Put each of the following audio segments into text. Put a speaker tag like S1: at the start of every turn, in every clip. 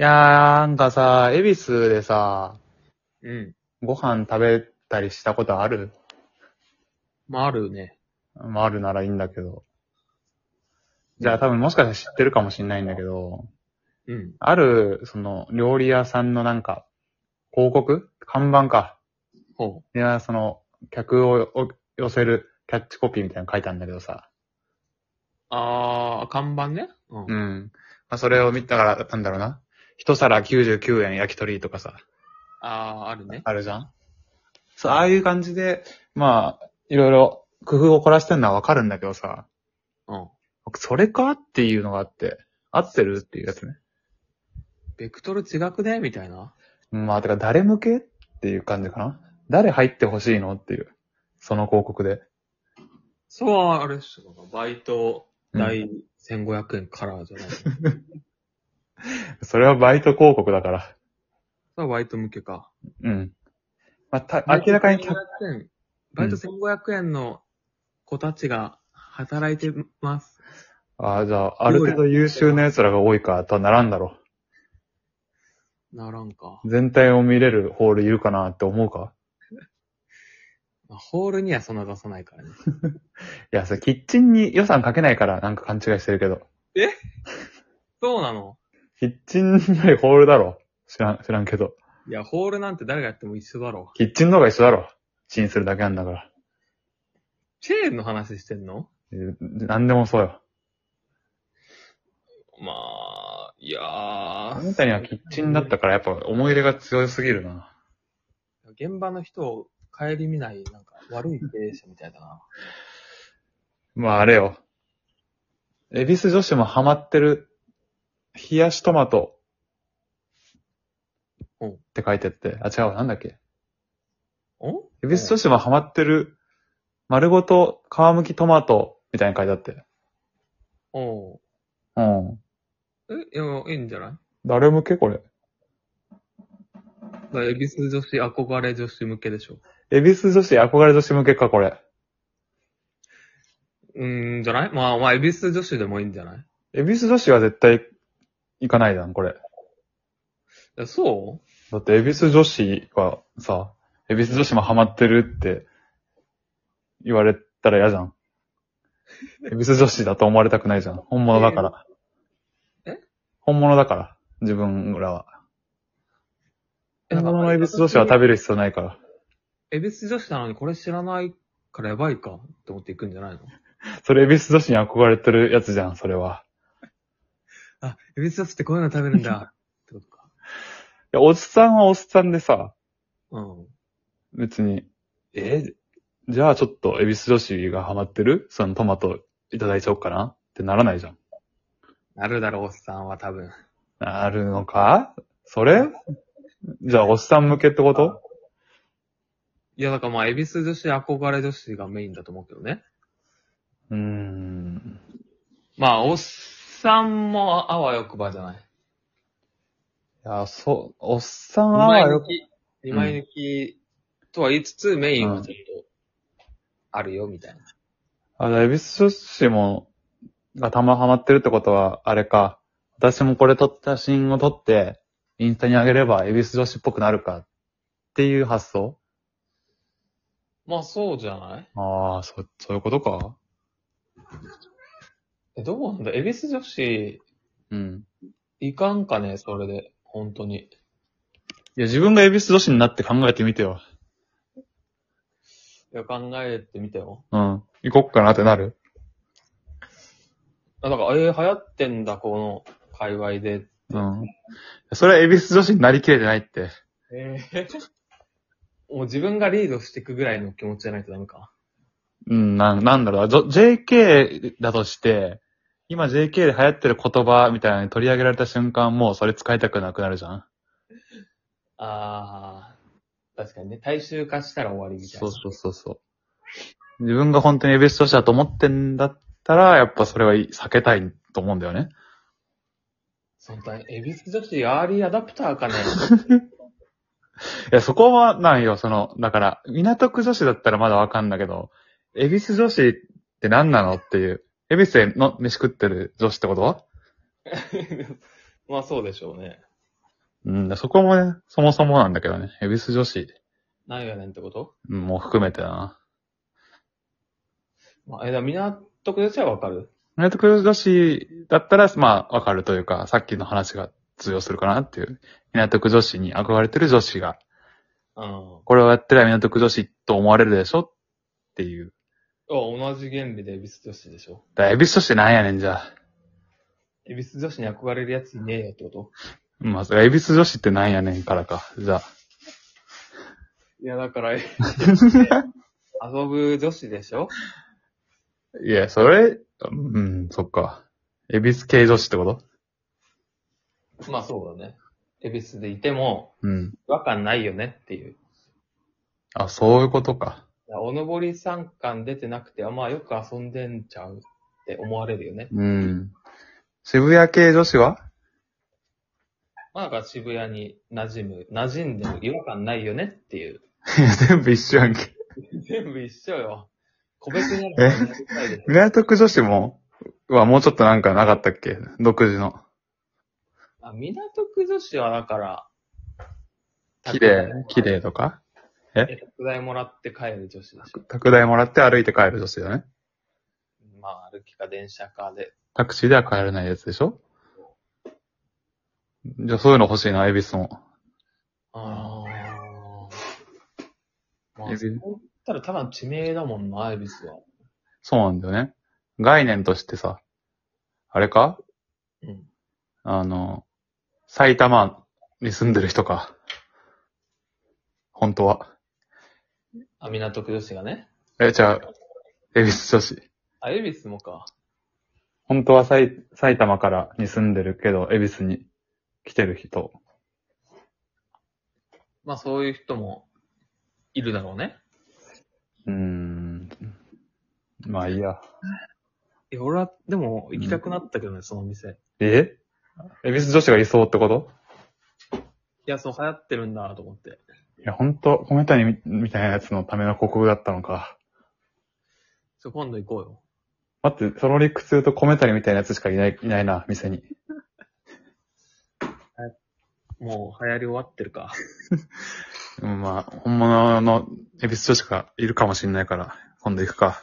S1: いやー、なんかさ、恵比寿でさ、
S2: うん。
S1: ご飯食べたりしたことある
S2: まあ、あるね。
S1: まあ、あるならいいんだけど。じゃあ多分もしかしたら知ってるかもしんないんだけど、
S2: うん。
S1: ある、その、料理屋さんのなんか、広告看板か。
S2: ほ
S1: いや、その、客をお寄せるキャッチコピーみたいなの書いたんだけどさ。
S2: う。あー、看板ね。うん
S1: う。ん。まあ、それを見たから、なんだろうな。一皿99円焼き鳥とかさ。
S2: あー、あるね。
S1: あるじゃんそう、ああいう感じで、まあ、いろいろ工夫を凝らしてるのはわかるんだけどさ、
S2: うん。
S1: 僕それかっていうのがあって、合ってるっていうやつね。
S2: ベクトル違くねみたいな。
S1: まあ、てか誰向けっていう感じかな。誰入ってほしいのっていう。その広告で。
S2: そうは、あれっすよ。バイト
S1: うん
S2: 代1500円からじゃない。 そ
S1: それはバイト広告だから。
S2: れはバイト向けか。
S1: うん。まあ、た、明らかに
S2: バイ
S1: 客、
S2: ト1500円。バイト1500円の子たちが働いてます。
S1: ああ、じゃあ、ある程度優秀な奴らが多いかとはならんだろ
S2: ならんか。
S1: う。全体を見れるホールいるかなって思うか
S2: まあホールにはそんな出さないからね。
S1: いや、それキッチンに予算かけないからなんか勘違いしてるけど。
S2: そうなの
S1: キッチンよりホールだろ。知らん、知らんけど。
S2: いや、ホールなんて誰がやっても一緒だろ
S1: キッチンの方が一緒だろ。チンするだけなんだから。
S2: チェーンの話してんの
S1: えーなんでもそうよ。
S2: まあ、いや
S1: あ
S2: ー、
S1: なたにはキッチンだったからやっぱ思い入れが強すぎるな。
S2: 現場の人を帰り見ない、なんか悪い経営者みたいだな。
S1: まああれよ。エビス女子もハマってる、冷やしトマト。
S2: うん
S1: って書いてって。あ、違うわ、なんだっけ。
S2: お
S1: エビス女子もハマってる、丸ごと皮むきトマト、みたいに書いてあって。
S2: おう
S1: うん。
S2: え、いや、いいんじゃない
S1: 誰向けこれ。
S2: だから恵比寿女子憧れ女子向けでしょ。
S1: エビス女子憧れ女子向けか、これ。
S2: うーん、じゃないまあ、まあ、恵比寿女子でもいいんじゃないい
S1: エビス女子は絶対行かないじゃん、これ。
S2: やそ
S1: だって、エビス女子がさ、エビス女子もハマってるって言われたら嫌じゃん。エビス女子だと思われたくないじゃん。本物だから。
S2: え
S1: 本物だから、自分らは。
S2: えな
S1: 本
S2: んか
S1: 物のエビス女子は食べる必要ないから。
S2: う恵比寿女子なのにこれ知らないからやばいかって思って行くんじゃないの
S1: それエビス女子に憧れてるやつじゃん、それは。
S2: あ、恵比寿女子ってこういうの食べるんだ。 ってことか。
S1: いや、おっさんはおっさんでさ、
S2: うん。
S1: 別に、えじゃあちょっと、エビス女子がハマってるそのトマトいただいちゃおうかなってならないじゃん。
S2: なるだろう、おっさんは多分。
S1: なるのかそれじゃあ、おっさん向けってこと
S2: いや、だからまあ、恵比寿女子憧れ女子がメインだと思うけどね。
S1: うーん。
S2: まあ、おっさんもあわよくばじゃない。
S1: いや、そう、おっさん
S2: 二
S1: は
S2: 枚
S1: よ
S2: 抜
S1: く、
S2: き、二枚抜きとは言いつつ、メインはちょっと、あるよ、みたいな。
S1: あ、エビス女子も、がたまハマってるってことは、あれか。私もこれ撮った写真を撮って、インスタに上げれば、エビス女子っぽくなるか。っていう発想
S2: まあ、そうじゃない
S1: ああ、そ、そういうことか
S2: え、どうなんだ恵比寿女子、
S1: うん。
S2: いかんかね、それで。本当
S1: い
S2: に。
S1: や、自分がエビス女子になって考えてみてよ。
S2: いや、考えてみてよ。
S1: うん。行こっかなってなる
S2: あだから、えー、流行ってんだ、この、界隈で。
S1: うん。それはエビス女子になりきれてないって。
S2: ええもう自分がリードしていくぐらいの気持ちじゃないとダメか。
S1: うん、なん、なんだろうな。ぞ JK だとして、今 JK で流行ってる言葉みたいなのに取り上げられた瞬間、もうそれ使いたくなくなるじゃん
S2: あー、確かにね、大衆化したら終わりみたい
S1: そ
S2: な。
S1: うそうそうそう。自分が本当にエビス女子だと思ってんだったら、やっぱそれはい避けたいと思うんだよね。
S2: そんな、エビス女子アーリーアダプターかね
S1: いや、そこはないよ、その、だから、港区女子だったらまだわかんだけど、エビス女子って何なのっていう。エビスでの飯食ってる女子ってこと
S2: まあそうでしょうね。
S1: うん、でそこもね、そもそもなんだけどね、恵比寿女子
S2: なんやねんってこと
S1: うんも含めてだな。
S2: まあ、え、だから港区女子はわかる
S1: 港区女子だったら、まあ、わかるというか、さっきの話が通用するかなっていう。港区女子に憧れてる女子が、
S2: うん。あ
S1: これをやってりゃ港区女子と思われるでしょっていう。
S2: 同じ原理で恵比寿女子でしょ。
S1: だから、恵比寿女子ってなんやねんじゃあ。
S2: 恵比寿女子に憧れるやついねえよってこと
S1: まあ、それ恵比寿女子ってなんやねんからか。じゃあ。
S2: いや、だ から、え遊ぶ女子でしょ
S1: いや、それ、うん、そっか。恵比寿系女子ってこと
S2: まあそうだね。恵比寿でいても、
S1: うん。
S2: 違和感ないよねっていう。
S1: あ、そういうことか。
S2: いやおのぼり参観出てなくて、あまあよく遊んでんちゃうって思われるよね。
S1: うん。渋谷系女子は
S2: まあなんか渋谷に馴染む、馴染んでも違和感ないよねっていう。
S1: いや、全部一緒やんけ。
S2: 全部一緒よ。個別になる話やりたいです
S1: 港区女子も、はもうちょっとなんかなかったっけ独自の。
S2: あ港区女子はだから、
S1: 綺麗、綺麗とか
S2: え。特大もらって帰る女子でしょ。
S1: 拡大もらって歩いて帰る女子だよね。
S2: まあ歩きか電車かで。
S1: タクシーでは帰れないやつでしょじゃあそういうの欲しいな、恵比寿も。
S2: ああ。ま
S1: エビ
S2: あ、そう言ったらただの地名だもんな、恵比寿は。
S1: そうなんだよね。概念としてさ、あれか
S2: うん。
S1: あの、埼玉に住んでる人か。本当は。
S2: あ、港区女子がね。
S1: え、じゃあ、恵比寿女子。
S2: あ、恵比寿もか。
S1: 本当は埼埼玉からに住んでるけど、恵比寿に来てる人。
S2: まあそういう人もいるだろうね。
S1: うーん。まあいいや。
S2: いや、俺は、でも行きたくなったけどね、その店。い
S1: え恵比寿女子がいそうってこと
S2: や、そう流行ってるんだと思って。
S1: いや、本当コメンタリーみみたいなやつのための広告だったのか。
S2: そう今度行こうよ。
S1: 待って、その理屈言うとコメンタリーみたいなやつしかいない、いないな、店に。
S2: もう流行り終わってるか。
S1: うん、まあ、本物の恵比寿女子がいるかもしれないから、今度行くか。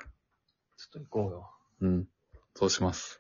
S2: ちょっと行こうよ。
S1: うん。そうします。